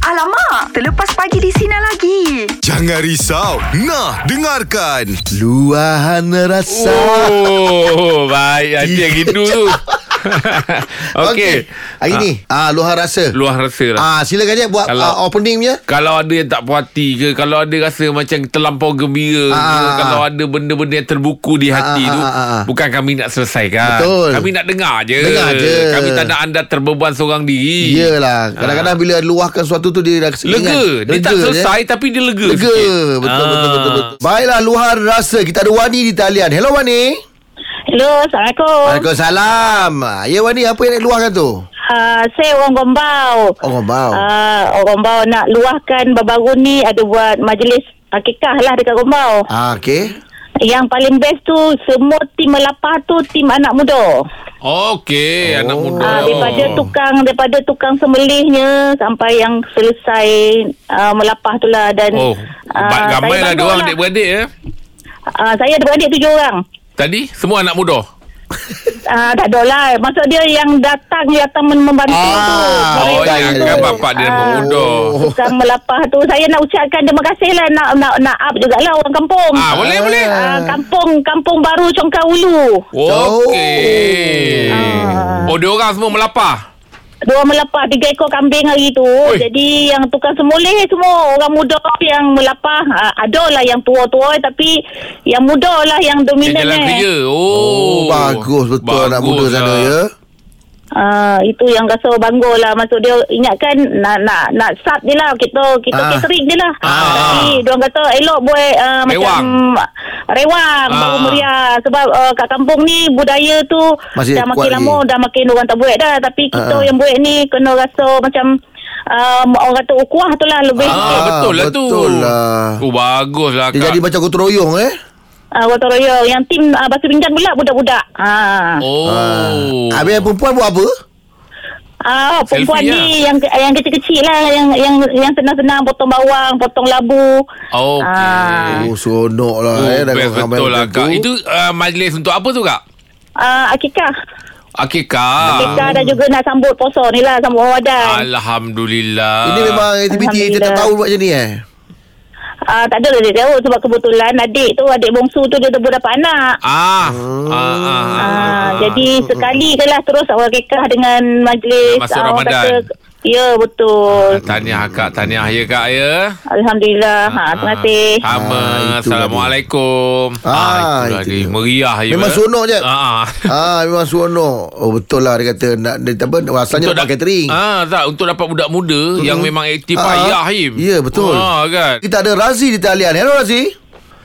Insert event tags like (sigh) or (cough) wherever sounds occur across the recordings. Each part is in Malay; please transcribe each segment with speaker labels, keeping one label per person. Speaker 1: Alamak, terlepas pagi di sini lagi.
Speaker 2: Jangan risau. Nah, dengarkan.
Speaker 3: Luahan rasa
Speaker 4: Oh, baik. Hati yang rindu
Speaker 3: (laughs)
Speaker 4: tu. Oh. Okey.
Speaker 3: Hari ni ah, Luahan rasa
Speaker 4: Luah rasa
Speaker 3: ah,
Speaker 4: lah.
Speaker 3: Silakan je buat
Speaker 4: Kalau-
Speaker 3: ah, opening punya
Speaker 4: Kalau ada yang tak puas hati ke Kalau ada rasa macam terlampau gembira ke,
Speaker 3: Ah.
Speaker 4: Kalau ada benda-benda yang terbuku di hati
Speaker 3: Ah,
Speaker 4: tu
Speaker 3: ah, ah, ah.
Speaker 4: Bukan kami nak selesaikan
Speaker 3: Betul.
Speaker 4: Kami nak dengar je
Speaker 3: Dengar je. Ya.
Speaker 4: Kami tak nak anda terbeban seorang diri
Speaker 3: Yelah Kadang-kadang bila luahkan sesuatu tu Dia dah
Speaker 4: Ah. Lega
Speaker 3: keselingan
Speaker 4: Dia tak
Speaker 3: je.
Speaker 4: selesai tapi dia lega
Speaker 3: ya. Lega
Speaker 4: sikit.
Speaker 3: betul, betul,
Speaker 4: Ah.
Speaker 3: betul, betul, betul Baiklah luahan rasa Kita ada Wani di talian Hello Wani
Speaker 5: Hello, Assalamualaikum.
Speaker 3: Waalaikumsalam Ah, Ya Wani apa yang nak luahkan tu
Speaker 5: Uh, saya orang Gombau.
Speaker 3: Oh gombau
Speaker 5: Uh, orang Gombau nak luahkan baru-baru ni ada buat majlis akikah lah dekat Gombau.
Speaker 3: Ah, okay.
Speaker 5: Yang paling best tu semua tim melapar tu tim anak muda.
Speaker 4: Ah. Okey Anak
Speaker 3: Oh.
Speaker 4: muda
Speaker 5: Uh, daripada tukang daripada tukang sembelihnya sampai yang selesai uh, melapah tu lah dan
Speaker 4: Oh
Speaker 5: ah,
Speaker 4: ba- Ramai lah
Speaker 5: saya bangga
Speaker 4: diorang
Speaker 5: lah.
Speaker 4: Adik-beradik ya
Speaker 5: Ah, saya ada beradik tujuh orang.
Speaker 4: Tadi semua anak muda
Speaker 5: Ah, tak ada lah. Maksud dia yang datang datang mem- membantu
Speaker 3: Ah,
Speaker 5: tu. Orang
Speaker 4: Oh
Speaker 3: Betul.
Speaker 4: yang
Speaker 5: tu.
Speaker 4: kan bapak dia nama
Speaker 5: Ah.
Speaker 4: muda
Speaker 3: Oh.
Speaker 5: Tukang melapah tu Saya nak ucapkan terima kasih lah Nak, nak, nak up jugalah orang kampung
Speaker 4: Ah boleh boleh
Speaker 5: Ah, Kampung Kampung baru Congkang Ulu
Speaker 4: Okey.
Speaker 5: Ah.
Speaker 4: Oh, dia orang semua melapar.
Speaker 5: Dua melapah Tiga ekor kambing hari tu
Speaker 4: Oi.
Speaker 5: Jadi yang tukang semulih semua Orang muda yang melapah ah, Ada lah yang tua-tua Tapi Yang muda lah yang
Speaker 4: Yang
Speaker 5: dominan
Speaker 4: jalan
Speaker 5: eh.
Speaker 4: raya.
Speaker 3: Oh,
Speaker 4: Oh.
Speaker 3: bagus betul anak muda
Speaker 4: bagus
Speaker 3: sana
Speaker 4: lah.
Speaker 3: ya.
Speaker 5: Ah, Itu yang rasa bangga lah Maksud dia ingatkan Nak nak nak sub je lah Kita kita
Speaker 3: Ah.
Speaker 5: catering je lah
Speaker 4: Ah.
Speaker 5: Tapi diorang kata Elok buat ah,
Speaker 4: Rewang.
Speaker 5: Macam Rewang
Speaker 4: Ah.
Speaker 5: Baru meriah Sebab ah, kat kampung ni Budaya tu
Speaker 3: Masih
Speaker 5: Dah makin
Speaker 3: kuat
Speaker 5: lama
Speaker 3: lagi.
Speaker 5: Dah makin orang tak buat dah Tapi kita
Speaker 3: Ah.
Speaker 5: yang buat ni Kena rasa macam um, Orang kata ukuah tu lah Lebih
Speaker 4: Ah,
Speaker 5: ah.
Speaker 4: betul lah tu.
Speaker 3: betul lah.
Speaker 4: Oh, bagus lah.
Speaker 3: Dia
Speaker 4: Kak.
Speaker 3: jadi macam kotor royong eh.
Speaker 5: Gotong royong Yang tim ah, Basuh pinggan pula Budak-budak ah.
Speaker 4: Oh. Eh.
Speaker 3: Ah. Habis yang perempuan buat apa?
Speaker 5: Ah, perempuan
Speaker 4: Selfie
Speaker 5: ni yang yang kecil-kecil lah yang yang yang senang-senang potong bawang, potong labu.
Speaker 4: Okey.
Speaker 5: Ah.
Speaker 3: Oh, seronok lah
Speaker 4: Oh,
Speaker 3: eh. dah
Speaker 4: best
Speaker 3: kawan-kawan
Speaker 4: betul lah,
Speaker 3: macam
Speaker 4: Kak.
Speaker 3: tu.
Speaker 4: Itu uh, majlis untuk apa tu, Kak?
Speaker 5: Ah, akikah.
Speaker 4: Akikah.
Speaker 5: Akikah dan juga nak sambut poso ni lah sambut orang wadan.
Speaker 4: Alhamdulillah.
Speaker 3: Ini memang aktiviti
Speaker 5: Alhamdulillah.
Speaker 3: tiap tahun buat macam ni eh.
Speaker 5: Ah, tak ada lah dia tahu sebab kebetulan adik tu adik bongsu tu dia baru dapat anak.
Speaker 4: Ah. Ah, ah, ah,
Speaker 5: Ah,
Speaker 4: ah,
Speaker 5: jadi sekali je lah terus awal akikah dengan majlis ah,
Speaker 4: Masuk
Speaker 5: orang
Speaker 4: Ramadan. Ah.
Speaker 5: Ya betul.
Speaker 4: Tahniah Kak, tahniah ya Kak ya. Ah.
Speaker 5: Alhamdulillah. Ha, terima kasih.
Speaker 4: Sama.
Speaker 3: Ah, itulah dia.
Speaker 4: Assalamualaikum.
Speaker 3: Ah, itu
Speaker 4: itulah dia.
Speaker 3: dia.
Speaker 4: Meriah ya.
Speaker 3: Memang seronok je.
Speaker 4: Ah.
Speaker 3: Ah, memang seronok. Oh, betul lah dia kata nak dia, apa asalnya nak
Speaker 4: dak-
Speaker 3: catering.
Speaker 4: Ah, tak untuk dapat budak muda mm-hmm. yang memang
Speaker 3: Ah,
Speaker 4: aktif ah, payah Him.
Speaker 3: ya, betul.
Speaker 4: Ah, kan.
Speaker 3: Kita ada Razi di talian. Hello Razi.
Speaker 4: Eh.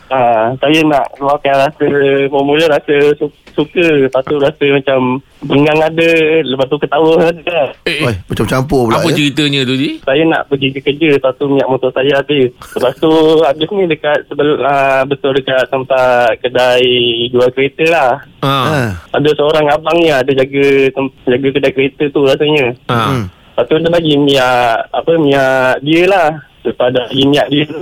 Speaker 6: Ah, saya nak keluarkan rasa mula-mula rasa su- suka lepas tu rasa macam bengang ada lepas tu ketawa ada
Speaker 4: Eh,
Speaker 3: Oi,
Speaker 4: eh,
Speaker 3: macam campur pula.
Speaker 4: apa
Speaker 3: ya.
Speaker 4: ceritanya tu Ji?
Speaker 6: saya nak pergi ke kerja lepas tu minyak motor saya habis lepas tu habis ni dekat sebel ah, betul dekat tempat kedai jual kereta lah
Speaker 4: Ah.
Speaker 3: Ah.
Speaker 6: ada seorang abang ni ada jaga tem- jaga kedai kereta tu rasanya
Speaker 4: Ah.
Speaker 3: Hmm.
Speaker 6: lepas tu dia bagi minyak apa minyak dia lah lepas dah bagi minyak dia tu,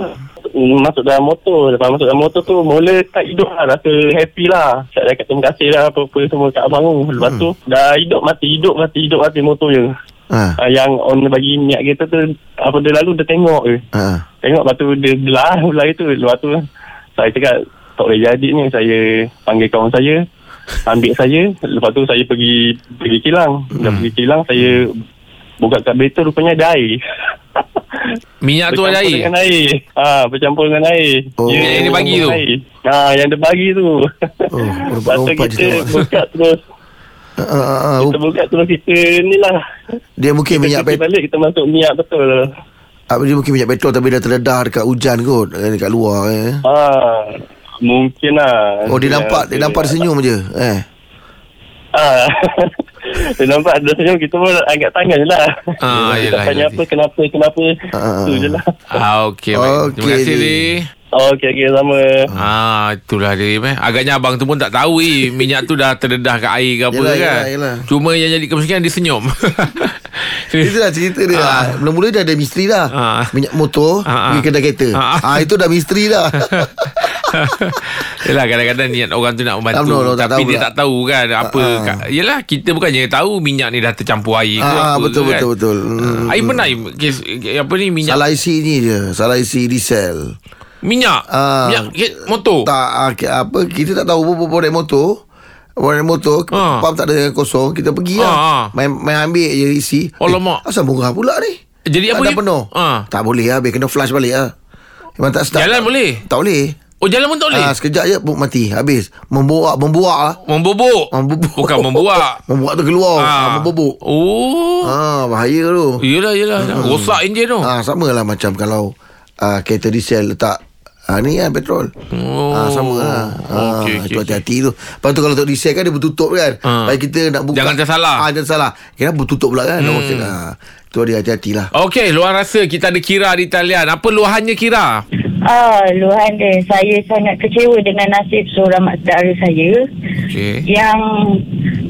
Speaker 6: masuk dalam motor lepas masuk dalam motor tu mula tak hidup lah rasa happy lah saya dah kata terima kasih lah apa-apa semua kat abang tu lepas tu dah hidup mati hidup mati hidup mati motor je
Speaker 3: Ah.
Speaker 6: uh, yang on bagi minyak kereta tu apa dia lalu dia tengok je
Speaker 3: Ah.
Speaker 6: tengok lepas tu dia belah (laughs) belah itu lepas tu saya cakap tak boleh jadi ni saya panggil kawan saya ambil saya lepas tu saya pergi pergi kilang dah
Speaker 3: Hmm.
Speaker 6: pergi kilang saya buka karburetor rupanya ada
Speaker 3: (laughs)
Speaker 6: air
Speaker 4: Minyak tu ada
Speaker 6: Bercampur
Speaker 4: air.
Speaker 6: dengan air ah bercampur dengan air
Speaker 3: Oh.
Speaker 6: Ya,
Speaker 4: Yang dia bagi tu?
Speaker 6: air. ah yang dia bagi tu (laughs)
Speaker 3: Oh,
Speaker 6: lepas tu
Speaker 3: rompak-rompak
Speaker 6: kita
Speaker 3: cerita awak.
Speaker 6: buka
Speaker 3: (laughs)
Speaker 6: terus
Speaker 3: Ah, ah, ah, ah.
Speaker 6: kita buka terus kita ni lah
Speaker 3: Dia mungkin minyak
Speaker 6: kita cuci
Speaker 3: pet-
Speaker 6: balik kita masuk minyak betul
Speaker 3: ah, dia mungkin minyak petrol tapi dah terdedah dekat hujan kot, eh, dekat luar eh.
Speaker 6: Ah, mungkin lah.
Speaker 3: Oh, dia nampak dia nampak dia senyum je. Eh.
Speaker 6: Ah. (laughs) dia nampak dia senyum kita pun angkat tangan je lah.
Speaker 4: Ah,
Speaker 6: Kita
Speaker 4: yelah,
Speaker 6: Tanya
Speaker 4: yelah.
Speaker 6: apa, kenapa, kenapa.
Speaker 3: Ah.
Speaker 6: Tu je lah.
Speaker 4: Ah, okey baik. Terima
Speaker 3: Okey,
Speaker 4: kasih
Speaker 3: Ji.
Speaker 4: Ji.
Speaker 6: Okey, okey, sama.
Speaker 4: Ah, itulah dia Im, eh. Agaknya abang tu pun tak tahu eh,
Speaker 3: (laughs)
Speaker 4: minyak tu dah terdedah kat air ke apa
Speaker 3: Yelah,
Speaker 4: kan.
Speaker 3: yelah, yelah.
Speaker 4: Cuma yang jadi kemungkinan dia
Speaker 3: (laughs)
Speaker 4: senyum.
Speaker 3: Itulah cerita dia.
Speaker 4: Ah.
Speaker 3: Ah. Mula-mula dah ada misteri dah.
Speaker 4: Ah.
Speaker 3: Minyak motor,
Speaker 4: Ah, ah.
Speaker 3: pergi kedai kereta.
Speaker 4: Ah,
Speaker 3: Ah.
Speaker 4: ah.
Speaker 3: itu dah misteri dah.
Speaker 4: (laughs) Yelah kadang-kadang niat orang tu nak membantu
Speaker 3: Tak tahu, orang tak
Speaker 4: Tapi
Speaker 3: tahu
Speaker 4: dia
Speaker 3: pula.
Speaker 4: tak tahu kan Apa
Speaker 3: Ah, ah.
Speaker 4: ka- Yelah kita bukannya tahu Minyak ni dah tercampur air ke
Speaker 3: Ah,
Speaker 4: apa
Speaker 3: betul,
Speaker 4: ke
Speaker 3: betul, betul. Hmm.
Speaker 4: Ah, Air pernah Im, kes, Apa ni (laughs) minyak
Speaker 3: Salah isi ni je Salah isi diesel
Speaker 4: Minyak
Speaker 3: Ah.
Speaker 4: Minyak ke, motor
Speaker 3: Tak ah, ki- apa Kita tak tahu pun Bonet motor Bonet motor
Speaker 4: Ah.
Speaker 3: Pam tak ada kosong Kita pergi
Speaker 4: Ah, ah.
Speaker 3: lah main, main ambil je isi
Speaker 4: Alamak.
Speaker 3: eh, Asal murah pula ni tak
Speaker 4: Jadi apa
Speaker 3: dah
Speaker 4: you-
Speaker 3: penuh
Speaker 4: Ah.
Speaker 3: Tak boleh lah Habis kena flash balik lah Memang tak start
Speaker 4: Jalan boleh?
Speaker 3: Tak boleh
Speaker 4: Oh jalan pun tak boleh
Speaker 3: Ah, sekejap je pun mati Habis Membuak Membuak lah
Speaker 4: Membobok
Speaker 3: Membubuk.
Speaker 4: Bukan
Speaker 3: (laughs)
Speaker 4: membuat
Speaker 3: Membuak tu keluar ah. Membubuk
Speaker 4: Oh
Speaker 3: ah, Bahaya tu
Speaker 4: Yelah yelah Rosak enjin tu
Speaker 3: ah, Sama lah macam kalau ah, Kereta diesel letak ah, Ni kan petrol
Speaker 4: Oh.
Speaker 3: ah, Sama lah ah,
Speaker 4: Okey,
Speaker 3: okay,
Speaker 4: okey,
Speaker 3: Itu hati-hati tu Lepas tu kalau untuk diesel kan Dia bertutup kan
Speaker 4: Ah.
Speaker 3: Baik kita nak buka
Speaker 4: Jangan tersalah.
Speaker 3: ah, Jangan tersalah Kira bertutup pula kan hmm. okay, ah. Tu dia hati-hatilah
Speaker 4: Okey, luar rasa kita ada Kira di talian. Apa luahannya Kira?
Speaker 5: Ah, luahan dia. Saya sangat kecewa dengan nasib seorang mak saudara saya.
Speaker 4: Okey.
Speaker 5: Yang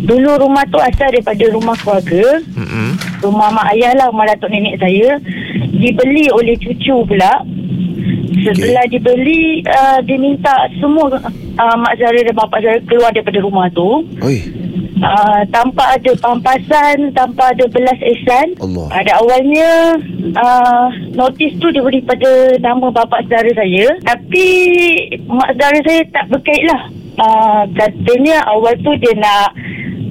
Speaker 5: dulu rumah tu asal daripada rumah keluarga.
Speaker 4: Mm-mm.
Speaker 5: Rumah mak ayah lah, rumah datuk nenek saya. Dibeli oleh cucu pula. Setelah okay. dibeli, uh, dia minta semua uh, mak saudara dan bapak saudara keluar daripada rumah tu.
Speaker 3: Oi
Speaker 5: Uh, tanpa ada pampasan, tanpa ada belas ihsan.
Speaker 3: Allah.
Speaker 5: Pada awalnya, uh, notis tu diberi pada nama bapa saudara saya. Tapi, mak saudara saya tak berkait lah. Uh, katanya awal tu dia nak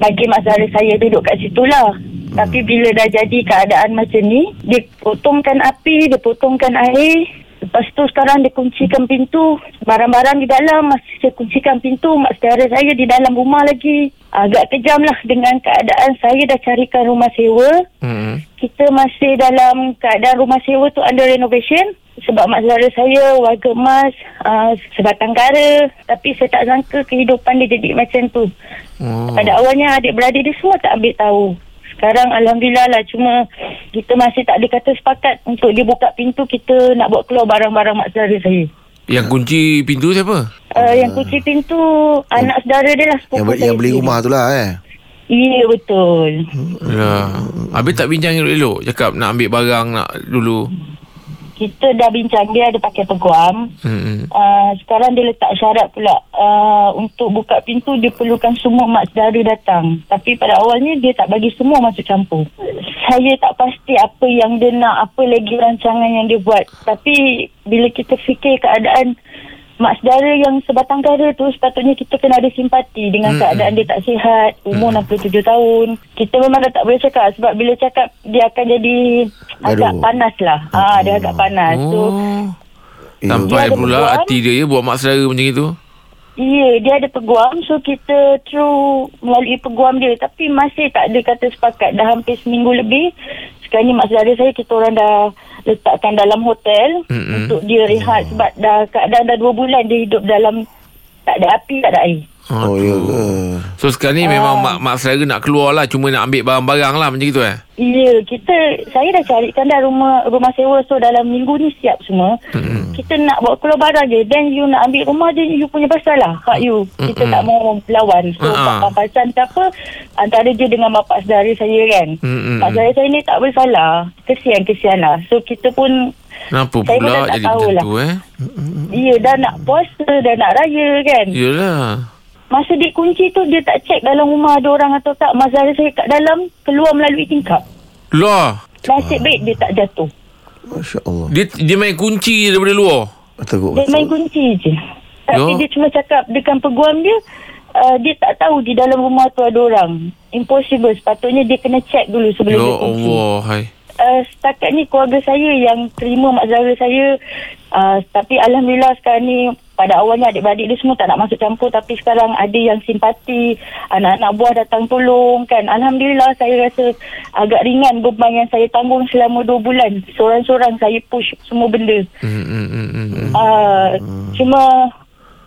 Speaker 5: bagi mak saudara saya duduk kat situ lah. Tapi bila dah jadi keadaan macam ni, dia potongkan api, dia potongkan air. Lepas tu sekarang dia kuncikan pintu Barang-barang di dalam Masih saya kuncikan pintu Mak saudara saya di dalam rumah lagi Agak kejam lah dengan keadaan saya dah carikan rumah sewa
Speaker 4: Mm-mm.
Speaker 5: Kita masih dalam keadaan rumah sewa tu under renovation Sebab mak saudara saya warga emas uh, Sebatang kara Tapi saya tak sangka kehidupan dia jadi macam tu
Speaker 3: Hmm.
Speaker 4: Oh.
Speaker 5: Pada awalnya adik-beradik dia semua tak ambil tahu sekarang Alhamdulillah lah Cuma kita masih tak ada kata sepakat Untuk dia buka pintu Kita nak buat keluar barang-barang mak saudara saya
Speaker 4: Yang kunci pintu siapa?
Speaker 5: Uh, yang kunci pintu anak saudara dia lah sepupu
Speaker 3: Hmm. yang, be-
Speaker 5: saya
Speaker 3: yang beli
Speaker 5: sendiri.
Speaker 3: rumah Hmm. tu lah eh
Speaker 5: Ya betul
Speaker 4: Ya. Habis tak bincang elok-elok. Cakap nak ambil barang nak dulu.
Speaker 5: Kita dah bincang dia ada pakai peguam
Speaker 4: Mm-mm.
Speaker 5: uh, Sekarang dia letak syarat pula uh, Untuk buka pintu dia perlukan semua mak saudara datang Tapi pada awalnya dia tak bagi semua masuk campur Saya tak pasti apa yang dia nak Apa lagi rancangan yang dia buat Tapi bila kita fikir keadaan Mak saudara yang sebatang kara tu sepatutnya kita kena ada simpati dengan hmm. keadaan dia tak sihat, umur hmm. 67 tahun. Kita memang dah tak boleh cakap sebab bila cakap dia akan jadi agak
Speaker 3: Gaduh.
Speaker 5: panas lah. Ah, dia agak panas. So,
Speaker 4: Oh.
Speaker 3: Eh,
Speaker 4: Sampai
Speaker 5: Dia ada
Speaker 4: pula
Speaker 5: perempuan.
Speaker 4: hati dia ya buat mak saudara macam itu.
Speaker 5: Ya, dia ada peguam. So, kita through melalui peguam dia. Tapi masih tak ada kata sepakat. Dah hampir seminggu lebih. Sekarang ni mak saudara saya, kita orang dah letakkan dalam hotel.
Speaker 4: Mm-mm.
Speaker 5: Mm-mm. Untuk dia rehat. Sebab dah keadaan dah dua bulan dia hidup dalam tak ada api, tak ada air.
Speaker 3: Oh ya ke
Speaker 4: So sekarang ni
Speaker 5: Ah.
Speaker 4: memang mak mak saudara nak keluar lah cuma nak ambil barang-barang lah macam itu eh.
Speaker 5: Ya, kita saya dah carikan dah rumah rumah sewa so dalam minggu ni siap semua. Mm-hmm. Kita nak buat keluar barang je. Then you nak ambil rumah je you punya pasal lah. Hak you. Mm-hmm. Kita tak mau lawan. So
Speaker 4: Ha-ha.
Speaker 5: uh-huh. papasan ke apa antara dia dengan bapak saudara saya kan.
Speaker 4: Mm-mm.
Speaker 5: Mm-hmm. Pak saudara saya ni tak bersalah. Kesian-kesian lah. So kita pun
Speaker 4: Kenapa
Speaker 5: Saya pun dah
Speaker 4: pula
Speaker 5: tak lah.
Speaker 4: jadi macam
Speaker 5: tahulah.
Speaker 4: tu eh?
Speaker 5: dia ya, dah nak puasa, dah nak raya kan.
Speaker 4: Ya. Yelah.
Speaker 5: Masa dia kunci tu dia tak check dalam rumah ada orang atau tak. Mak saudara saya kat dalam keluar melalui tingkap.
Speaker 4: Lah.
Speaker 5: Nasib baik dia tak jatuh.
Speaker 3: Masya Allah
Speaker 4: Dia dia main kunci daripada luar.
Speaker 3: Teruk
Speaker 5: Dia main kunci je. Tapi
Speaker 4: Yo.
Speaker 5: dia cuma cakap dengan peguam dia, uh, dia tak tahu di dalam rumah tu ada orang. Impossible. Sepatutnya dia kena check dulu sebelum
Speaker 4: Ya
Speaker 5: dia kunci.
Speaker 4: Allah. Hai.
Speaker 5: Uh, setakat ni keluarga saya yang terima mak saudara saya. Uh, tapi Alhamdulillah sekarang ni pada awalnya adik-beradik dia semua tak nak masuk campur tapi sekarang ada yang simpati anak-anak buah datang tolong kan Alhamdulillah saya rasa agak ringan beban yang saya tanggung selama 2 bulan seorang-seorang saya push semua benda
Speaker 4: Mm, mm, mm, mm, mm.
Speaker 5: Uh, cuma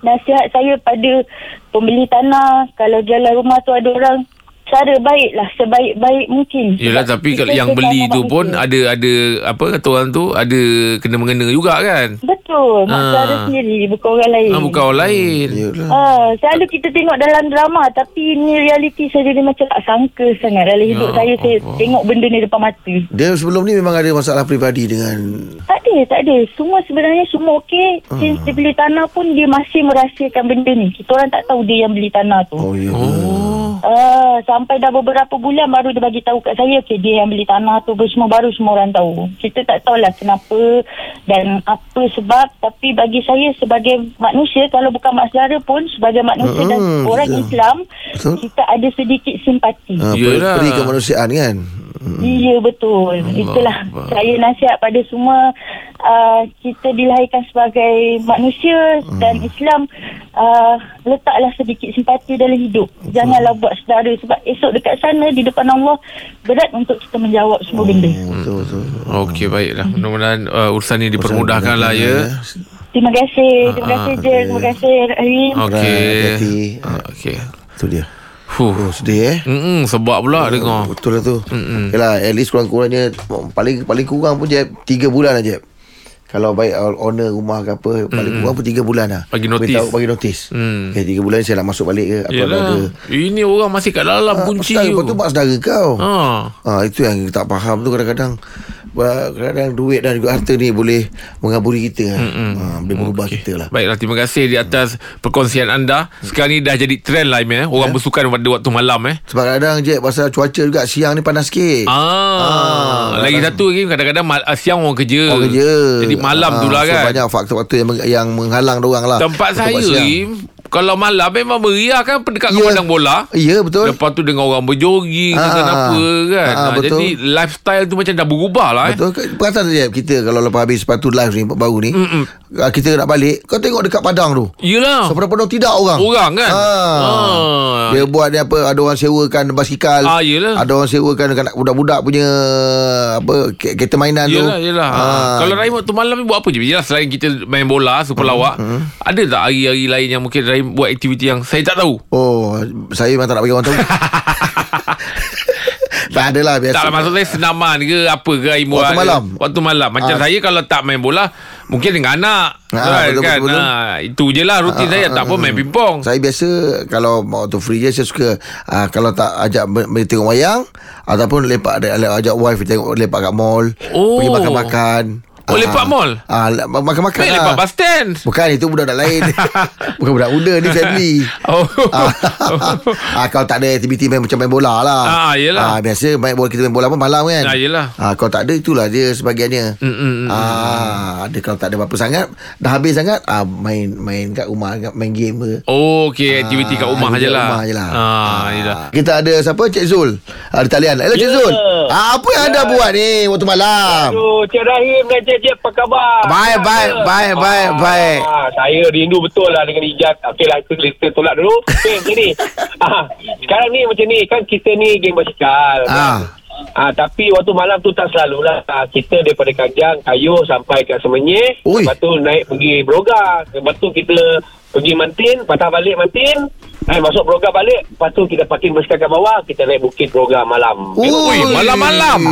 Speaker 5: nasihat saya pada pembeli tanah kalau jalan rumah tu ada orang cara baiklah sebaik-baik mungkin.
Speaker 4: Yelah
Speaker 5: Sebab
Speaker 4: tapi
Speaker 5: kita
Speaker 4: kalau yang
Speaker 5: sesama
Speaker 4: beli tu
Speaker 5: manusia.
Speaker 4: pun ada ada apa kata orang tu ada kena mengena juga kan.
Speaker 5: betul mak
Speaker 4: Ah.
Speaker 5: saudara sendiri bukan orang lain.
Speaker 4: Ha, bukan orang lain.
Speaker 3: Yelah
Speaker 5: Ah, selalu kita tengok dalam drama tapi ni realiti saya jadi macam tak sangka sangat dalam hidup
Speaker 4: Ya
Speaker 5: saya saya
Speaker 4: Allah.
Speaker 5: tengok benda ni depan mata.
Speaker 3: Dia sebelum ni memang ada masalah peribadi dengan
Speaker 5: Tak ada ada, tak ada. Semua sebenarnya semua okey. Since
Speaker 4: Hmm.
Speaker 5: dia beli tanah pun dia masih merahsiakan benda ni. Kita orang tak tahu dia yang beli tanah tu.
Speaker 3: Oh, ya.
Speaker 4: Oh.
Speaker 5: Ah, sampai dah beberapa bulan baru dia bagi tahu kat saya okay, dia yang beli tanah tu apa semua baru semua orang tahu. Kita tak tahulah kenapa dan apa sebab tapi bagi saya sebagai manusia kalau bukan mak saudara pun sebagai manusia dan
Speaker 3: Mm-mm,
Speaker 5: orang
Speaker 3: betul.
Speaker 5: Islam
Speaker 3: Betul.
Speaker 5: kita ada sedikit simpati.
Speaker 3: Ha, peri,
Speaker 4: Yelah.
Speaker 3: peri kemanusiaan kan?
Speaker 5: Iya Ya, betul. Itulah
Speaker 4: Hmm. Akbar.
Speaker 5: saya nasihat pada semua uh, kita dilahirkan sebagai manusia
Speaker 4: Hmm.
Speaker 5: dan Islam uh, letaklah sedikit simpati dalam hidup. Janganlah buat saudara sebab esok dekat sana di depan Allah berat untuk kita menjawab semua benda.
Speaker 3: Oh, betul, betul.
Speaker 4: Okey
Speaker 5: Hmm.
Speaker 4: baiklah. Mudah-mudahan uh, urusan ini dipermudahkan lah ya.
Speaker 5: Terima kasih. Terima
Speaker 4: Ah,
Speaker 5: kasih Jen. Terima kasih Rahim.
Speaker 4: Okey.
Speaker 3: Hati-hati.
Speaker 4: Ah, Okey.
Speaker 3: Tu dia.
Speaker 4: Fuh.
Speaker 3: Oh, sedih eh?
Speaker 4: Hmm, sebab pula dengar.
Speaker 3: Betul lah tu Mm-mm. Yalah at least kurang-kurangnya Paling paling kurang pun Jeb 3 bulan lah Jeb Kalau baik owner rumah ke apa Paling Mm-mm. kurang pun 3 bulan lah
Speaker 4: Bagi notis.
Speaker 3: Beritahu, Bagi notis
Speaker 4: Mm.
Speaker 3: okay, 3 bulan saya nak masuk balik ke Apa Yalah. ada
Speaker 4: Yalah. Ini orang masih kat dalam
Speaker 3: Ah,
Speaker 4: kunci.
Speaker 3: Ustaz, Lepas tu
Speaker 4: tu.
Speaker 3: mak saudara kau
Speaker 4: Ha.
Speaker 3: Ha, itu yang kita tak faham tu kadang-kadang ah, kadang-kadang duit dan juga harta ni boleh mengaburi kita Mm-mm. ha, boleh mengubah okay. kita lah
Speaker 4: Baiklah terima kasih di atas perkongsian anda. Sekarang ni dah jadi trend lah Im, eh. Orang bersukan pada waktu malam eh.
Speaker 3: sebab kadang-kadang je pasal cuaca juga siang ni panas sikit Eh.
Speaker 4: Ah,
Speaker 3: Ah,
Speaker 4: lagi
Speaker 3: kadang-
Speaker 4: satu lagi kadang-kadang mal, ah, siang orang kerja.
Speaker 3: Orang kerja
Speaker 4: Jadi malam
Speaker 3: Ah,
Speaker 4: tu lah
Speaker 3: so
Speaker 4: kan.
Speaker 3: Banyak faktor-faktor yang, meng- yang menghalang orang lah
Speaker 4: Tempat
Speaker 3: untuk buat
Speaker 4: saya
Speaker 3: siang.
Speaker 4: Im, kalau malam memang meriah kan dekat yeah. kandang bola.
Speaker 3: Ya betul
Speaker 4: Lepas tu dengan orang berjogging
Speaker 3: Ah,
Speaker 4: dengan apa kan.
Speaker 3: ah,
Speaker 4: Ah,
Speaker 3: betul.
Speaker 4: jadi lifestyle tu macam dah berubah lah eh.
Speaker 3: Betul Ke- Perasan tak Jeb Kita kalau lepas habis Sepatu live ni Baru ni Mm-mm. Kita nak balik Kau tengok dekat padang tu
Speaker 4: Yelah.
Speaker 3: Seberapa penuh tidak orang
Speaker 4: Ah. Orang kan?
Speaker 3: ha.
Speaker 4: Ah.
Speaker 3: Dia buat ni apa Ada orang sewakan basikal
Speaker 4: Ah, yelah.
Speaker 3: Ada orang sewakan kanak- Budak-budak punya Apa ke- Kereta mainan tu Ah.
Speaker 4: Yelah, yelah. Ha. Kalau Rahim waktu malam ni buat apa je? Yelah, selain kita main bola, super
Speaker 3: Hmm,
Speaker 4: lawak, ada tak hari-hari lain yang mungkin Rahim buat aktiviti yang saya tak tahu?
Speaker 3: Oh Saya memang tak nak bagi orang
Speaker 4: (laughs)
Speaker 3: tahu Tak adalah biasa
Speaker 4: Tak lah, maksud saya senaman ke apa ke Rahim
Speaker 3: Waktu
Speaker 4: buat.
Speaker 3: malam?
Speaker 4: Waktu malam. Macam
Speaker 3: Ah.
Speaker 4: saya kalau tak main bola, mungkin dengan anak.
Speaker 3: Ah,
Speaker 4: Ha,
Speaker 3: betul,
Speaker 4: kan?
Speaker 3: betul, Ah, betul.
Speaker 4: Ha, itu je lah rutin saya. Tak pun main pingpong.
Speaker 3: ah. Saya biasa kalau waktu free je saya suka uh, kalau tak ajak ber- pergi tengok wayang ataupun lepak ajak wife tengok lepak kat mall,
Speaker 4: Oh.
Speaker 3: pergi makan-makan.
Speaker 4: Oh, lepak mall?
Speaker 3: Ah uh, makan-makan.
Speaker 4: Baik
Speaker 3: lah.
Speaker 4: lepas bus stand.
Speaker 3: Bukan itu budak-budak
Speaker 4: (laughs)
Speaker 3: lain Bukan budak muda Ni family
Speaker 4: Oh.
Speaker 3: ah, (laughs) ah, Kalau tak ada aktiviti main, Macam main bola lah
Speaker 4: Ah,
Speaker 3: ah,
Speaker 4: yelah.
Speaker 3: Biasa main bola Kita main bola pun malam kan
Speaker 4: Ah, yelah.
Speaker 3: ah, Kalau tak ada itulah dia Sebagiannya mm,
Speaker 4: mm.
Speaker 3: ah, Ada kalau tak ada apa-apa sangat Dah habis sangat ah, Main main kat rumah kat- Main game ke
Speaker 4: Oh, okey. Aktiviti kat rumah
Speaker 3: Ah,
Speaker 4: je lah.
Speaker 3: rumah je lah.
Speaker 4: Ah, yelah.
Speaker 3: Kita ada siapa? Cik Zul. Ada talian. Hello Cik
Speaker 6: Ya.
Speaker 3: Zul. Ah, apa yang anda buat ni waktu malam?
Speaker 6: Aduh, Cik Rahim dan Cik Jeb, apa khabar?
Speaker 3: Baik, baik, baik, baik, baik.
Speaker 6: Ah, saya rindu betul lah dengan Ijaz. Okey lah, itu kita tolak dulu. Okey, macam
Speaker 3: (laughs)
Speaker 6: ni. Ah, sekarang ni macam ni, kan kita ni geng basikal.
Speaker 3: Ah.
Speaker 6: Ah, tapi waktu malam tu tak selalulah ah, kita daripada Kajang, Kayu sampai ke Semenyih.
Speaker 3: Ui.
Speaker 6: Lepas tu naik pergi Broga. Lepas tu kita pergi Mantin, patah balik Mantin. Eh, masuk Broga balik. Lepas tu kita parking basikal kat bawah, kita naik bukit Broga malam.
Speaker 4: Ui, malam-malam.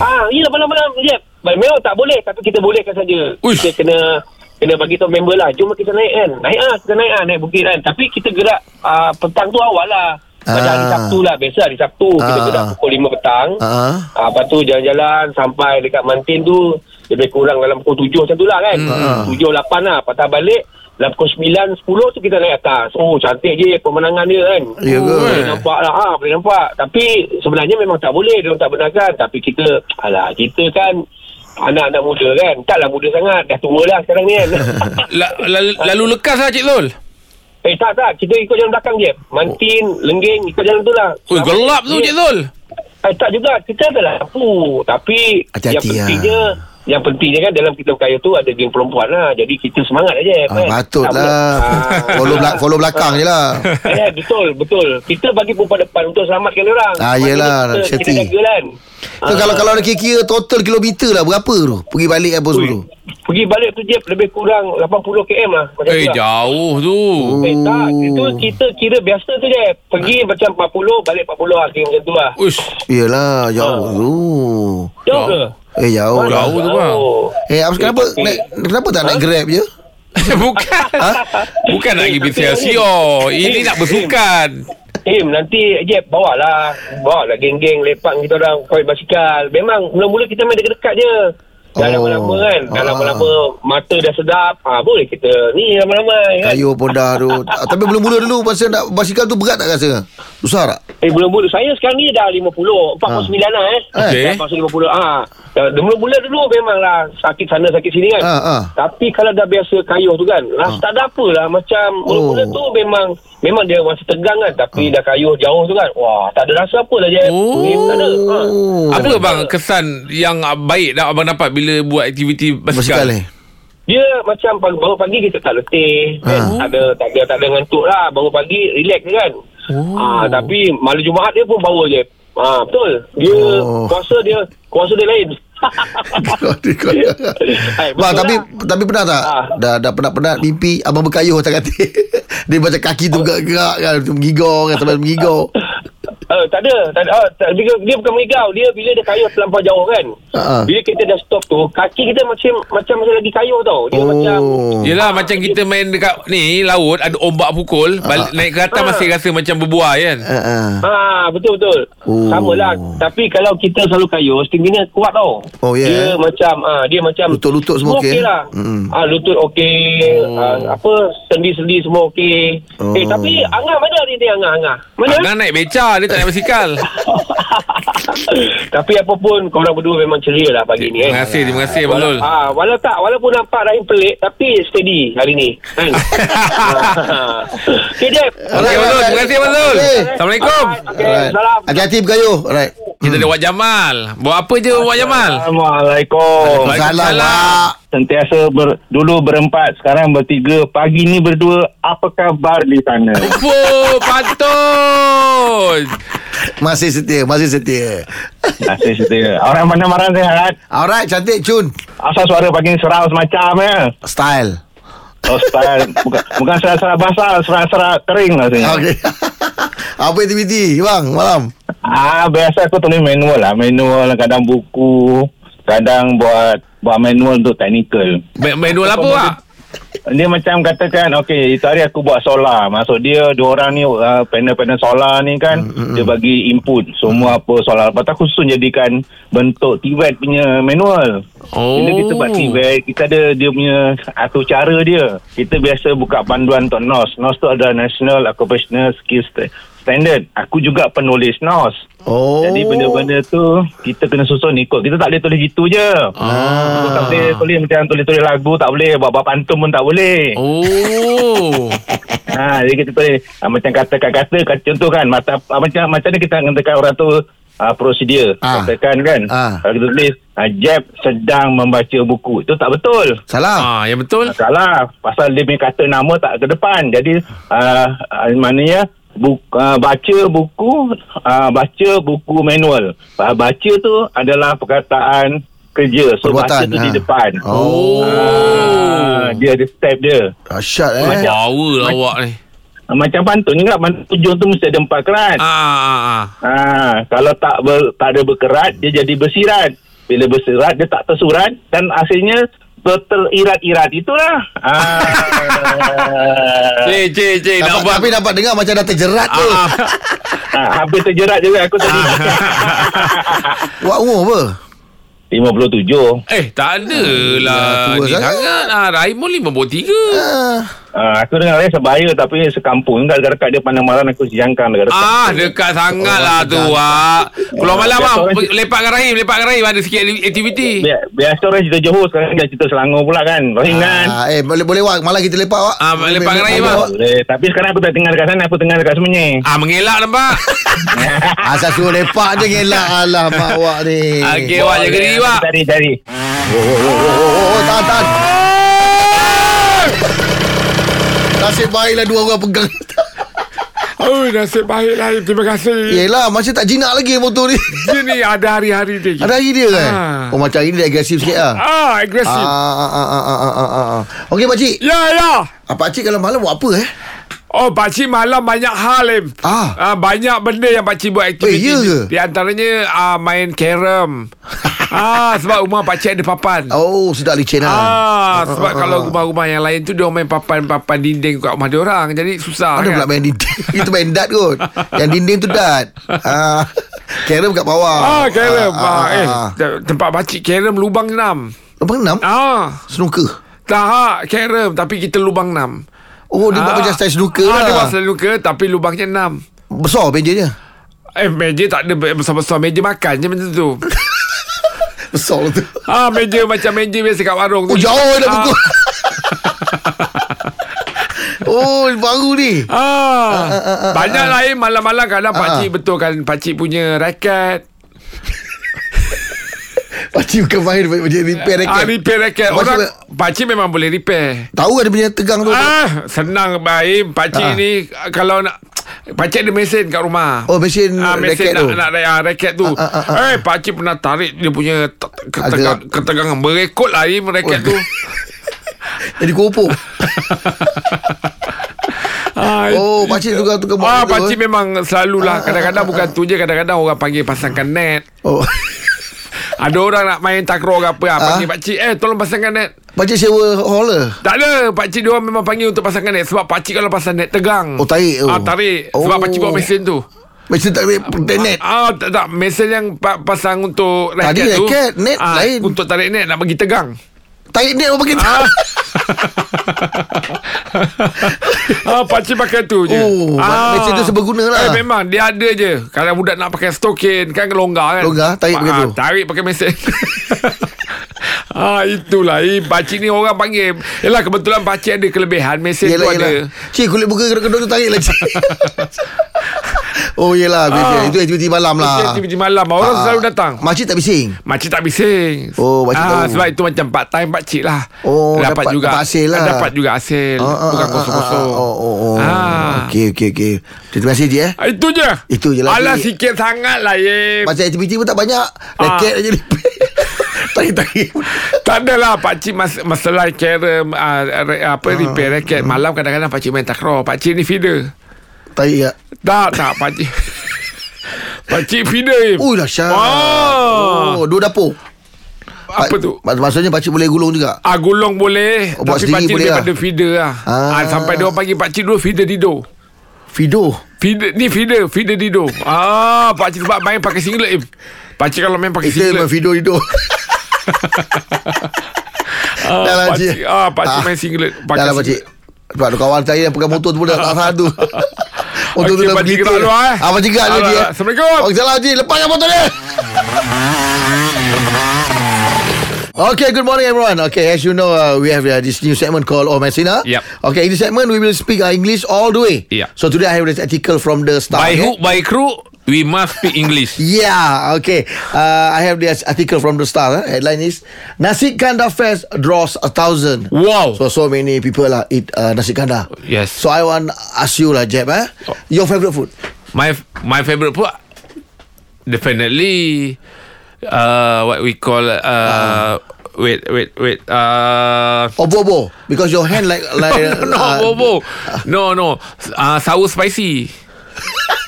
Speaker 6: Ah, ya malam-malam Jeb. Memang tak boleh tapi kita bolehkan saja.
Speaker 4: Uish.
Speaker 6: Kita kena kena bagi tahu member lah. Jom kita naik kan. Naik ah, kita naik ah, naik bukit kan. Tapi kita gerak ah, petang tu awal lah. Pada
Speaker 3: Ah.
Speaker 6: hari Sabtu lah. Biasa hari Sabtu kita
Speaker 3: Ah.
Speaker 6: gerak pukul 5 petang.
Speaker 3: Ah.
Speaker 6: Ah, lepas tu jalan-jalan sampai dekat Mantin tu lebih kurang dalam pukul 7 macam tu lah kan.
Speaker 3: Hmm.
Speaker 6: 7 8 lah patah balik. Dalam pukul 9 10 tu kita naik atas. Oh cantik je pemenangan dia kan.
Speaker 3: Ya ke?
Speaker 6: Boleh nampak lah ha, Boleh nampak Tapi sebenarnya memang tak boleh Dia orang tak benarkan Tapi kita Alah kita kan Anak-anak muda kan Taklah muda sangat Dah tua lah sekarang ni
Speaker 4: (laughs)
Speaker 6: kan
Speaker 4: La- la- Lalu lekas lah Cik Lul.
Speaker 6: Eh tak tak Kita ikut jalan belakang je Mantin Lengging Ikut jalan tu lah
Speaker 4: Ui, gelap tu Cik Lul.
Speaker 6: eh, Tak juga Kita ada lampu Tapi
Speaker 3: Hati-hati
Speaker 6: Yang pentingnya
Speaker 3: lah.
Speaker 6: yang pentingnya kan dalam kita berkaya tu ada geng perempuan lah. Jadi kita semangat aja.
Speaker 3: Ah, patutlah. (laughs) follow, belak- follow belakang je lah.
Speaker 6: (laughs) Eh, betul, betul. Kita bagi perempuan depan untuk selamatkan orang.
Speaker 3: Ah,
Speaker 6: Sebab
Speaker 3: yelah,
Speaker 6: kita- Kita
Speaker 3: safety.
Speaker 6: jaga kan.
Speaker 3: So, kalau kalau nak kira-kira total kilometer lah berapa tu? Pergi balik apa semua tu?
Speaker 6: Pergi balik tu je lebih kurang 80 km lah.
Speaker 4: Eh,
Speaker 6: Macam tu lah.
Speaker 4: jauh tu.
Speaker 6: Eh, tak. Itu
Speaker 3: Oh.
Speaker 6: kita kira biasa tu je.
Speaker 4: Ah.
Speaker 6: Pergi macam 40, balik 40 lah. Kira macam tu lah.
Speaker 3: Oh.
Speaker 4: Uish, (laughs)
Speaker 3: Yelah, jauh
Speaker 6: Ah.
Speaker 3: tu.
Speaker 6: Jauh ke?
Speaker 3: Eh, jauh lah.
Speaker 4: Oh, Jauh tu, bang.
Speaker 6: Jauh.
Speaker 3: Eh, Abang, kenapa, naik, kenapa tak naik grab je?
Speaker 4: Bukan Bukan nak pergi Bisio oh. Ini nak bersukan
Speaker 6: Im, nanti Jeb, bawa lah. Bawa lah geng-geng lepak kita orang. Koi basikal. Memang mula-mula kita main dekat-dekat je.
Speaker 7: Dah lama-lama kan Dah
Speaker 3: Ah.
Speaker 7: lama-lama Mata dah sedap ha, Boleh kita Ni
Speaker 6: Eh.
Speaker 7: ramai-ramai kan
Speaker 3: Kayu pun dah tu Ah, Tapi mula-mula dulu Masa nak basikal tu berat tak rasa Susah tak
Speaker 7: Eh bulan-bulan Saya sekarang ni dah 50 49 lah eh
Speaker 4: Okey.
Speaker 7: Dah masuk 50 ah. Ha. Mula-mula dulu memanglah Sakit sana sakit sini kan
Speaker 3: Ha,
Speaker 4: Ah,
Speaker 3: ha.
Speaker 7: Tapi kalau dah biasa kayuh tu kan Rasa tak ada apalah Macam mula-mula
Speaker 3: Oh.
Speaker 7: tu memang Memang dia masa tegang kan Tapi dah kayuh jauh tu kan Wah tak ada rasa apalah je
Speaker 4: Ah. Oh.
Speaker 7: Eh, tak ada ha.
Speaker 3: Oh.
Speaker 4: Apa bang kesan yang ah, baik dah abang dapat bila buat aktiviti
Speaker 3: Basikal
Speaker 4: basikal?
Speaker 3: ni Hmm.
Speaker 7: Dia macam pagi, bangun pagi kita tak letih
Speaker 3: Ha.
Speaker 7: ha. tak, ada, tak ada tak ada ngantuk lah Bangun pagi relax je kan
Speaker 4: Oh.
Speaker 7: Ah, Tapi malam Jumaat dia pun power je Ah betul. Dia
Speaker 3: Oh.
Speaker 7: kuasa dia kuasa dia lain. (laughs) Eh, betul
Speaker 3: Bang tapi
Speaker 7: lah.
Speaker 3: Tapi pernah tak
Speaker 7: Ah.
Speaker 3: Dah dah penat-penat Mimpi Abang berkayuh tak kata (laughs) Dia macam kaki tu bergerak kan Macam Menggigau kan Sampai menggigau
Speaker 7: Uh, tak ada, tak ada. Ah, tak, dia, dia bukan mengigau. Dia bila dia kayuh terlampau jauh kan.
Speaker 3: Ah, ah.
Speaker 7: Bila kita dah stop tu, kaki kita macam macam masih lagi kayuh tau. Dia macam
Speaker 3: Oh
Speaker 4: Yelah macam kita main dekat ni laut ada ombak pukul balik, naik ke atas masih rasa macam berbuai kan.
Speaker 3: Ah, ah.
Speaker 7: Ha, betul betul.
Speaker 3: Oh.
Speaker 7: Sama lah. Tapi kalau kita selalu kayuh, stamina kuat tau.
Speaker 3: Oh, ya,
Speaker 7: Dia
Speaker 3: eh?
Speaker 7: macam ah dia macam
Speaker 3: Lutut-lutut semua okey? Hmm.
Speaker 7: okey lah.
Speaker 3: Mm-mm.
Speaker 7: Ah lutut okey, ah, apa sendi-sendi semua okey.
Speaker 3: Oh.
Speaker 7: Eh tapi Angah mana hari ni Angah Angah? Mana?
Speaker 4: Angah naik beca Dia tak naik basikal
Speaker 7: (laughs) tapi apa pun korang berdua memang ceria lah pagi ni eh.
Speaker 4: Terima kasih Terima kasih Abang Lul
Speaker 7: Ah, walau tak, walaupun nampak Rahim pelik, tapi steady hari ni.
Speaker 4: (laughs)
Speaker 7: Kan? (laughs) okay, Jeb.
Speaker 4: Okey Abang Lul Terima kasih Abang Lul
Speaker 3: Okey.
Speaker 4: Assalamualaikum
Speaker 7: Okay,
Speaker 6: Eh,
Speaker 3: Alright.
Speaker 7: salam.
Speaker 3: Hati-hati berkayuh Alright
Speaker 4: Kita ada Wak Jamal Buat apa je Wak Jamal
Speaker 6: Assalamualaikum.
Speaker 3: Salam lah
Speaker 6: Sentiasa ber, dulu berempat, sekarang bertiga, pagi ni berdua. Apa khabar di sana?
Speaker 4: Oh patut
Speaker 3: Masih setia Masih setia (laughs)
Speaker 6: Nasib setia. Orang mana marah sehat.
Speaker 3: Alright cantik Cun
Speaker 6: Asal suara pagi ni serau semacam ya.
Speaker 3: Style
Speaker 6: Oh, style. bukan, bukan serah-serah basah, serah-serah kering lah saya.
Speaker 3: Okay (laughs) Apa aktiviti Bang malam
Speaker 6: Ah, biasa aku tulis manual lah. Manual, kadang buku, kadang buat buat manual untuk technical.
Speaker 4: Ma- Manual apa Wak?
Speaker 6: Dia macam katakan Okey itu hari aku buat solar Maksud dia Dua orang ni uh, Panel-panel solar ni kan Dia bagi input Semua apa solar Lepas tu aku susun jadikan Bentuk TVET punya manual
Speaker 4: Oh
Speaker 6: Bila kita buat TVET Kita ada dia punya Satu cara dia Kita biasa buka panduan untuk NOS NOS tu ada National Occupational Skills Sta- Standard Aku juga penulis NOS
Speaker 3: Oh
Speaker 6: jadi benda-benda tu kita kena susun ikut. Kita tak boleh tulis gitu je. Ah. Tak boleh tulis macam tulis-tulis lagu tak boleh, buat-buat pantun pun tak boleh.
Speaker 3: (laughs)
Speaker 4: Oh
Speaker 6: Ha, jadi kita boleh ha, macam katakan kata, kata contoh kan mata ha, macam macam ni kita katakan orang tu ha, prosedur
Speaker 3: Ah.
Speaker 6: katakan kan.
Speaker 3: Ah.
Speaker 6: Kalau kita tulis ha, Jeb sedang membaca buku. Itu tak betul.
Speaker 3: Salam
Speaker 4: Ah, Yang betul
Speaker 3: Eh.
Speaker 6: Salah pasal dia punya kata nama tak ke depan. Jadi uh, maknanya buku, uh, baca buku uh, baca buku manual. Uh, baca tu adalah perkataan kerja. So
Speaker 3: Perbuatan,
Speaker 6: baca tu di
Speaker 3: ha.
Speaker 6: depan.
Speaker 3: Oh.
Speaker 6: Ah, dia ada step dia.
Speaker 3: Asyad eh
Speaker 4: Power lah awak ni
Speaker 6: Ah, Macam pantun juga pantun hujung tu mesti ada empat kerat.
Speaker 4: Ah, ah, ah.
Speaker 6: Ha, kalau tak ber, tak ada berkerat dia jadi bersirat. Bila bersirat dia tak tersurat dan hasilnya ter- terirat-irat itulah.
Speaker 4: (laughs)
Speaker 6: Ah.
Speaker 4: Cik, cik, cik Nak
Speaker 3: Dapat,
Speaker 4: buat
Speaker 3: tapi dapat dengar macam dah terjerat tu.
Speaker 4: Ah, ah.
Speaker 6: Ha, hampir terjerat juga aku tadi.
Speaker 3: Wak umur apa?
Speaker 6: 57.
Speaker 4: Eh tak ada lah
Speaker 3: Ah, tua
Speaker 4: Ni
Speaker 3: sangat.
Speaker 4: sangat ah, Raimon 53
Speaker 3: Ah,
Speaker 6: Uh, aku dengan dia sebaya tapi sekampung juga dekat dia pandang malam aku sejangkang dekat dekat.
Speaker 4: Ah dekat sangat lah tu Wak Keluar malam
Speaker 6: Biasa
Speaker 4: ah,
Speaker 6: orang-
Speaker 4: pe- Lepak dengan Rahim Lepak dengan Rahim Ada sikit aktiviti
Speaker 8: Ya.
Speaker 6: Bi- Biasa orang cerita Johor sekarang dia cerita Selangor pula kan. Rahim kan.
Speaker 3: ah, eh boleh boleh Wak, malam kita lepak Wak.
Speaker 4: Ah, lepak dengan Rahim,
Speaker 3: Boleh,
Speaker 4: Wak.
Speaker 6: Boleh. Tapi sekarang aku tak tinggal dekat sana, aku tinggal dekat Semenyi.
Speaker 4: Ah mengelak nampak
Speaker 3: Wak. Asal suruh lepak je ngelak alah mak Wak ni.
Speaker 4: Ah, Okey Wak jaga diri Wak
Speaker 6: Cari cari.
Speaker 3: Oh, oh, oh, tahan, tahan. Nasib baiklah dua orang pegang. (laughs)
Speaker 8: Oh, nasib baik lah. Terima kasih.
Speaker 3: Yelah, masih tak jinak lagi motor
Speaker 4: (laughs)
Speaker 3: ni.
Speaker 8: Ini ada hari-hari dia.
Speaker 3: Ada hari dia kan?
Speaker 8: Ah.
Speaker 3: Oh, macam hari ni dia agresif sikit lah.
Speaker 8: Ah,
Speaker 3: Ah,
Speaker 8: agresif.
Speaker 3: ah, ah, ah, ah, ah, ah, ah. Okey, pakcik.
Speaker 8: Ya, ya.
Speaker 3: Ah, pakcik kalau malam buat apa eh?
Speaker 8: Oh, pakcik malam banyak hal, Im.
Speaker 3: Ah.
Speaker 8: ah banyak benda yang pakcik buat aktiviti.
Speaker 3: Eh, ya ke?
Speaker 8: Di antaranya ah, main
Speaker 3: (laughs)
Speaker 8: carom. ah, sebab rumah pakcik ada papan.
Speaker 3: Oh, sedap licin lah.
Speaker 8: Ah, sebab kalau rumah-rumah yang lain tu dia orang main papan-papan dinding kat rumah dia orang. Jadi susah
Speaker 3: Ada
Speaker 8: kan.
Speaker 3: (laughs) (laughs) pula main dinding Itu main dart kot Yang dinding tu dart ha. Kerem kat bawah
Speaker 4: Ah, kerem. Ah,
Speaker 3: ah,
Speaker 4: eh,
Speaker 3: ah.
Speaker 4: te- tempat pakcik kerem lubang enam.
Speaker 3: Lubang enam
Speaker 4: Ah,
Speaker 3: Snooker
Speaker 4: tak kerem tapi kita lubang enam.
Speaker 3: Oh dia buat macam style snooker
Speaker 4: ah, Dia
Speaker 3: lah
Speaker 4: buat style snooker tapi lubangnya enam.
Speaker 3: Besar meja dia
Speaker 4: Eh, meja tak ada besar-besar. Meja makan je macam tu.
Speaker 3: Besar lah tu
Speaker 4: ah,
Speaker 3: (laughs)
Speaker 4: meja macam meja biasa kat warung tu.
Speaker 3: Oh jauh dia
Speaker 4: Ah.
Speaker 3: pukul
Speaker 4: (laughs)
Speaker 3: Oh baru ni
Speaker 4: Ah,
Speaker 3: ah, ah,
Speaker 4: banyak lain malam-malam kadang
Speaker 3: Ah,
Speaker 4: pakcik
Speaker 3: ah.
Speaker 4: betulkan pakcik punya raket.
Speaker 3: Pakcik bukan main Dia repair
Speaker 4: Ah,
Speaker 3: racket
Speaker 4: repair raket.
Speaker 3: Pakcik
Speaker 4: Orang
Speaker 3: be-
Speaker 4: pakcik memang boleh repair.
Speaker 3: Tahu kan dia punya tegang tu
Speaker 4: Ah, senang baik pakcik
Speaker 3: Ah.
Speaker 4: ni ah, kalau nak Pakcik ada mesin kat rumah
Speaker 3: Oh, mesin
Speaker 4: ah, mesin
Speaker 3: raket
Speaker 4: nak,
Speaker 3: tu.
Speaker 4: nak, nak, ah, raket tu
Speaker 3: Ah, ah, ah,
Speaker 4: Eh pakcik pernah tarik Dia punya te- te-
Speaker 3: Ada-
Speaker 4: ketegang, Ketegangan Berekot lah Im
Speaker 3: (laughs)
Speaker 4: raket
Speaker 3: Oh.
Speaker 4: tu
Speaker 3: Jadi kopok
Speaker 4: ah,
Speaker 3: Oh pakcik tukar-tukar
Speaker 4: Ah,
Speaker 3: buat tu,
Speaker 4: pakcik
Speaker 3: ah, eh.
Speaker 4: memang selalulah Kadang-kadang bukan tu je Kadang-kadang orang panggil pasangkan net
Speaker 3: Oh
Speaker 4: Ada orang nak main takraw ke apa ah, Panggil
Speaker 3: Ah.
Speaker 4: pakcik Eh tolong pasangkan net
Speaker 3: Pakcik sewa holler
Speaker 4: Tak ada Pakcik dia orang memang panggil Untuk pasangkan net Sebab pakcik kalau pasang net tegang
Speaker 3: Oh, tarik tu.
Speaker 4: ah, Tarik Sebab
Speaker 3: Oh.
Speaker 4: pakcik bawa mesin tu
Speaker 3: Macam tak ada net
Speaker 4: Ah, tak, tak. Mesin yang pa- pasang untuk
Speaker 3: Tadi
Speaker 4: raket tu Ah,
Speaker 3: raket, net lain.
Speaker 4: Untuk tarik net Nak bagi tegang
Speaker 3: (laughs) Tarik net apa (laughs) kita
Speaker 4: ah, Pakcik pakai tu je Ah.
Speaker 3: Oh, mesin tu seberguna lah.
Speaker 4: eh, Memang dia ada je Kalau budak nak pakai stokin Kan longgar kan
Speaker 3: Longgar, tarik pakai
Speaker 4: Ah,
Speaker 3: tu.
Speaker 4: Tarik pakai mesin (laughs) Ah itulah eh, Pakcik ni orang panggil Yelah kebetulan pakcik ada kelebihan Mesin
Speaker 3: Yelah
Speaker 4: tu
Speaker 3: yelah
Speaker 4: ada
Speaker 3: Cik kulit muka kedok-kedok tu tarik lah
Speaker 4: (laughs)
Speaker 3: cik Oh yelah baby. Itu aktiviti malam
Speaker 4: Mesin
Speaker 3: lah
Speaker 4: Ah. aktiviti malam Orang
Speaker 3: Ah,
Speaker 4: selalu datang
Speaker 3: Makcik tak bising
Speaker 4: Makcik tak bising Ah,
Speaker 3: Oh, makcik tahu.
Speaker 4: Sebab itu macam part time makcik lah
Speaker 3: Oh,
Speaker 4: dapat,
Speaker 3: dapat-
Speaker 4: juga
Speaker 3: dapat hasil lah.
Speaker 4: Dapat juga hasil
Speaker 3: Ah, ah,
Speaker 4: Eh, Bukan
Speaker 3: ah, ah,
Speaker 4: kosong-kosong
Speaker 3: ah, Oh oh oh
Speaker 4: Ah.
Speaker 3: Okey okey okey Terima kasih cik eh
Speaker 4: Ah, Itu je
Speaker 3: Itu je lah.
Speaker 4: Alah
Speaker 3: Jadi-
Speaker 4: sikit sangat lah Im
Speaker 3: Macam aktiviti pun tak banyak Raket
Speaker 4: Ah.
Speaker 3: aja ni (laughs) Tarik-tarik
Speaker 4: Tak adalah Pakcik mas- masalah kerem uh, Apa
Speaker 3: Ah,
Speaker 4: repair racket Malam kadang-kadang pakcik main takraw Pakcik ni feeder
Speaker 3: Tarik ya
Speaker 4: Tak tak
Speaker 3: (laughs)
Speaker 4: pakcik Pakcik feeder Im
Speaker 3: Ui dahsyat
Speaker 4: Wah.
Speaker 3: Oh dua dapur
Speaker 4: Ah.
Speaker 3: Pak-
Speaker 4: Apa tu
Speaker 3: mak- Maksudnya pakcik boleh gulung juga
Speaker 4: Ah gulung boleh
Speaker 3: Oh, buat sendiri
Speaker 4: Tapi pakcik
Speaker 3: boleh
Speaker 4: lebih
Speaker 3: lah.
Speaker 4: pada feeder lah
Speaker 3: Ah.
Speaker 4: ah. Sampai dia orang panggil pakcik dulu feeder dido
Speaker 3: Fido
Speaker 4: Feeder, ni feeder Feeder Dido Ah, Pakcik sebab main pakai singlet Im Pakcik kalau main pakai
Speaker 3: Kita memang Fido
Speaker 4: singlet
Speaker 3: Fido (laughs)
Speaker 4: ah,
Speaker 3: dah lah, Cik.
Speaker 4: pakcik, ah, pakcik
Speaker 3: Ah.
Speaker 4: main singlet
Speaker 3: Dah lah pakcik Sebab tu kawan saya yang pegang motor tu pun dah tak tahan
Speaker 4: (laughs)
Speaker 3: tu Motor
Speaker 4: Okey,
Speaker 3: dah
Speaker 4: pakcik
Speaker 3: bergelitik.
Speaker 4: gerak dulu, eh.
Speaker 3: Ah, pakcik gerak dulu Oh,
Speaker 4: Alah,
Speaker 3: dia
Speaker 4: Assalamualaikum.
Speaker 3: Assalamualaikum Lepaskan motor dia Okay, good morning everyone. Okay, as you know, uh, we have uh, this new segment called Oh Messina.
Speaker 9: Yep.
Speaker 3: Okay, in this segment, we will speak uh, English all the way.
Speaker 9: Yeah.
Speaker 3: So today I have this article from the Star.
Speaker 9: By
Speaker 3: okay?
Speaker 9: hook by crook We must speak English
Speaker 3: Yeah, okay. Uh, I have this article from the Star. Eh? Headline is Nasi Kanda Fest draws a thousand.
Speaker 9: Wow
Speaker 3: So so many people lah eat uh, nasi kanda.
Speaker 9: Yes. Oh.
Speaker 3: So I want ask you lah, Jeb. Eh? Your favorite food?
Speaker 9: My my favorite food definitely uh what we call uh,
Speaker 3: Ah.
Speaker 9: wait wait wait uh
Speaker 3: Obobo because your hand
Speaker 9: (laughs)
Speaker 3: like like
Speaker 9: no no
Speaker 3: uh,
Speaker 9: bobo no no uh, sour
Speaker 3: (laughs)
Speaker 9: spicy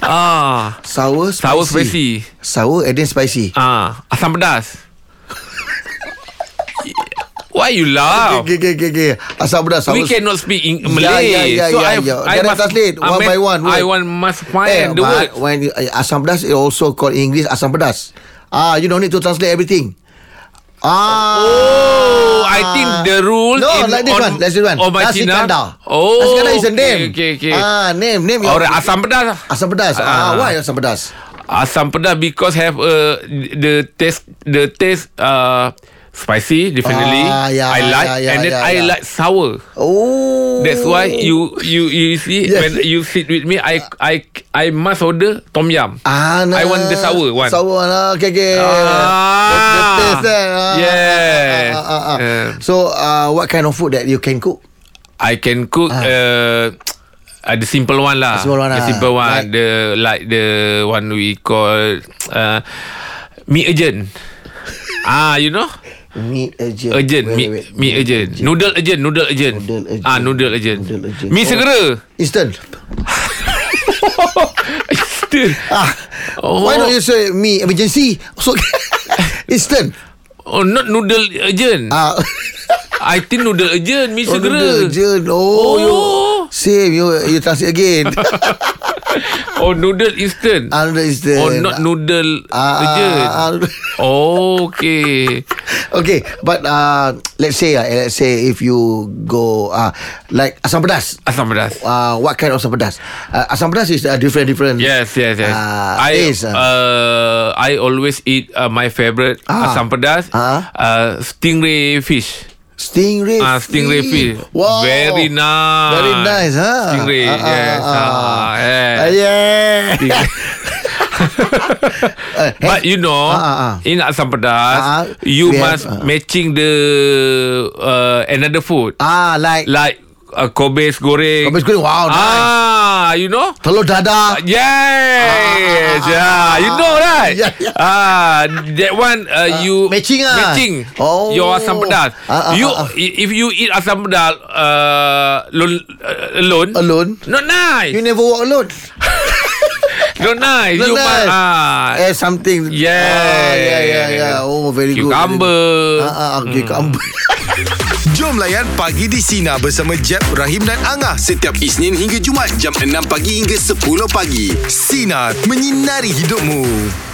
Speaker 9: ah
Speaker 3: sour spicy.
Speaker 9: sour spicy
Speaker 3: Sour and then spicy.
Speaker 9: ah asam pedas why you laugh
Speaker 3: Okay, okay, okay, okay. Asam pedas
Speaker 9: Ah.
Speaker 3: sour.
Speaker 9: We
Speaker 3: Ya,
Speaker 9: cannot speak in
Speaker 3: Yeah,
Speaker 9: Malay.
Speaker 3: yeah, yeah,
Speaker 9: so
Speaker 3: yeah,
Speaker 9: I,
Speaker 3: yeah.
Speaker 9: I
Speaker 3: Jangan
Speaker 9: must I
Speaker 3: translate. One
Speaker 9: must-
Speaker 3: by one, word.
Speaker 9: I want must find
Speaker 3: Eh,
Speaker 9: the word.
Speaker 3: but when you, uh, asam pedas is also called in English asam pedas. Ah, you don't need to translate everything. Ah.
Speaker 9: Oh, I think the rule
Speaker 3: No,
Speaker 9: in
Speaker 3: like this
Speaker 9: on-
Speaker 3: one. Let's this one.
Speaker 9: on my
Speaker 3: Nasi
Speaker 9: Cina.
Speaker 3: kanda.
Speaker 9: Oh,
Speaker 3: Nasi kanda is a
Speaker 9: okay,
Speaker 3: name.
Speaker 9: okay, okay.
Speaker 3: Ah, name, name.
Speaker 9: Or asam pedas.
Speaker 3: Asam pedas. Ah,
Speaker 9: Ah.
Speaker 3: why asam pedas?
Speaker 9: Asam pedas because have a the taste the taste uh spicy definitely.
Speaker 3: Ah, yeah,
Speaker 9: I like
Speaker 3: yeah, yeah,
Speaker 9: and then
Speaker 3: yeah,
Speaker 9: I
Speaker 3: yeah.
Speaker 9: like sour.
Speaker 3: Oh.
Speaker 9: That's why you you you see
Speaker 3: Yes.
Speaker 9: when you sit with me I I I must order tom yum.
Speaker 3: Ah,
Speaker 9: I want the sour one.
Speaker 3: Sour one. Ah, okay, okay.
Speaker 9: Ah.
Speaker 3: The, the taste there. Ah,
Speaker 9: Yes.
Speaker 3: Ah, ah, ah, ah.
Speaker 9: Yeah.
Speaker 3: So, uh, what kind of food that you can cook?
Speaker 9: I can cook uh, uh, the simple one lah.
Speaker 3: The Ah. simple one
Speaker 9: the
Speaker 3: lah.
Speaker 9: simple one.
Speaker 3: Like-
Speaker 9: the like the one we call uh, meat
Speaker 3: (laughs)
Speaker 9: urgent. ah, you know,
Speaker 3: Meat urgent.
Speaker 9: urgent
Speaker 3: Wait,
Speaker 9: meat,
Speaker 3: wait, wait.
Speaker 9: meat urgent. Noodle urgent, noodle urgent.
Speaker 3: Noodle urgent.
Speaker 9: Ah, noodle urgent.
Speaker 3: Noodle urgent.
Speaker 9: Mie
Speaker 3: Oh.
Speaker 9: segera. (laughs)
Speaker 3: Instant.
Speaker 9: Still.
Speaker 3: Ah.
Speaker 9: Oh.
Speaker 3: Why don't you say me emergency? So, (laughs) instant.
Speaker 9: Oh, not noodle urgent.
Speaker 4: (laughs)
Speaker 3: Ah.
Speaker 9: I think noodle urgent, mie
Speaker 3: Oh,
Speaker 9: segera.
Speaker 3: noodle urgent. Oh,
Speaker 9: Oh.
Speaker 4: (laughs)
Speaker 3: you same. You you translate again.
Speaker 4: Oh noodle instant
Speaker 3: Ah, noodle instant.
Speaker 4: Oh not noodle
Speaker 3: Ah,
Speaker 4: uh, je
Speaker 3: ah, (laughs) ah,
Speaker 4: Oh okay
Speaker 3: Okay But uh, Let's say uh, Let's say if you Go uh, Like asam pedas
Speaker 4: Asam pedas
Speaker 3: uh, What kind of asam pedas uh, Asam pedas is uh, different different
Speaker 4: Yes yes yes
Speaker 3: Ah,
Speaker 4: I
Speaker 3: taste, ah.
Speaker 4: uh, I always eat uh, My favorite
Speaker 3: Ah.
Speaker 4: Asam pedas
Speaker 3: Ah.
Speaker 4: uh, Stingray fish
Speaker 3: Stingray
Speaker 4: Ah, stingray fish.
Speaker 3: Wow
Speaker 4: Very nice.
Speaker 3: Very nice huh?
Speaker 4: Stingray,
Speaker 3: Ah, ah,
Speaker 4: Ah. yes,
Speaker 3: ah,
Speaker 4: ah, yes.
Speaker 3: ah, Yeah
Speaker 4: Stingray.
Speaker 3: (laughs) Uh,
Speaker 4: But you
Speaker 3: Ah,
Speaker 4: know
Speaker 3: ah, ah.
Speaker 4: In asam pedas
Speaker 3: Ah, ah.
Speaker 4: You
Speaker 3: We have,
Speaker 4: must
Speaker 3: ah.
Speaker 4: Matching the uh, Another food
Speaker 3: Ah like
Speaker 4: Like uh, Kobes goreng
Speaker 3: Habis kuning Wow nice
Speaker 4: Ah You know
Speaker 3: Telur dadah Ah,
Speaker 4: Yes,
Speaker 3: ah, ah,
Speaker 4: yeah,
Speaker 3: ah,
Speaker 4: you know right.
Speaker 3: Yeah, yeah.
Speaker 4: Ah, that one uh, you
Speaker 3: matching ah.
Speaker 4: matching.
Speaker 3: Oh.
Speaker 4: your asam pedas.
Speaker 3: Ah, ah,
Speaker 4: you
Speaker 3: ah, ah.
Speaker 4: i- if you eat asam pedas uh, lon- uh, alone,
Speaker 3: Alone
Speaker 4: not nice.
Speaker 3: You never walk alone
Speaker 4: not nice.
Speaker 3: Not
Speaker 4: you
Speaker 3: nice.
Speaker 4: must ah.
Speaker 3: Add Eh, something
Speaker 4: Yeah.
Speaker 3: Ah, Yeah yeah yeah Oh very good
Speaker 4: Cucumber. Hmm.
Speaker 3: Ah, ah, ah, Cucumber
Speaker 2: Jom layan Pagi di Sina bersama Jeb, Rahim dan Angah setiap Isnin hingga Jumaat jam 6 pagi hingga 10 pagi. Sina, menyinari hidupmu.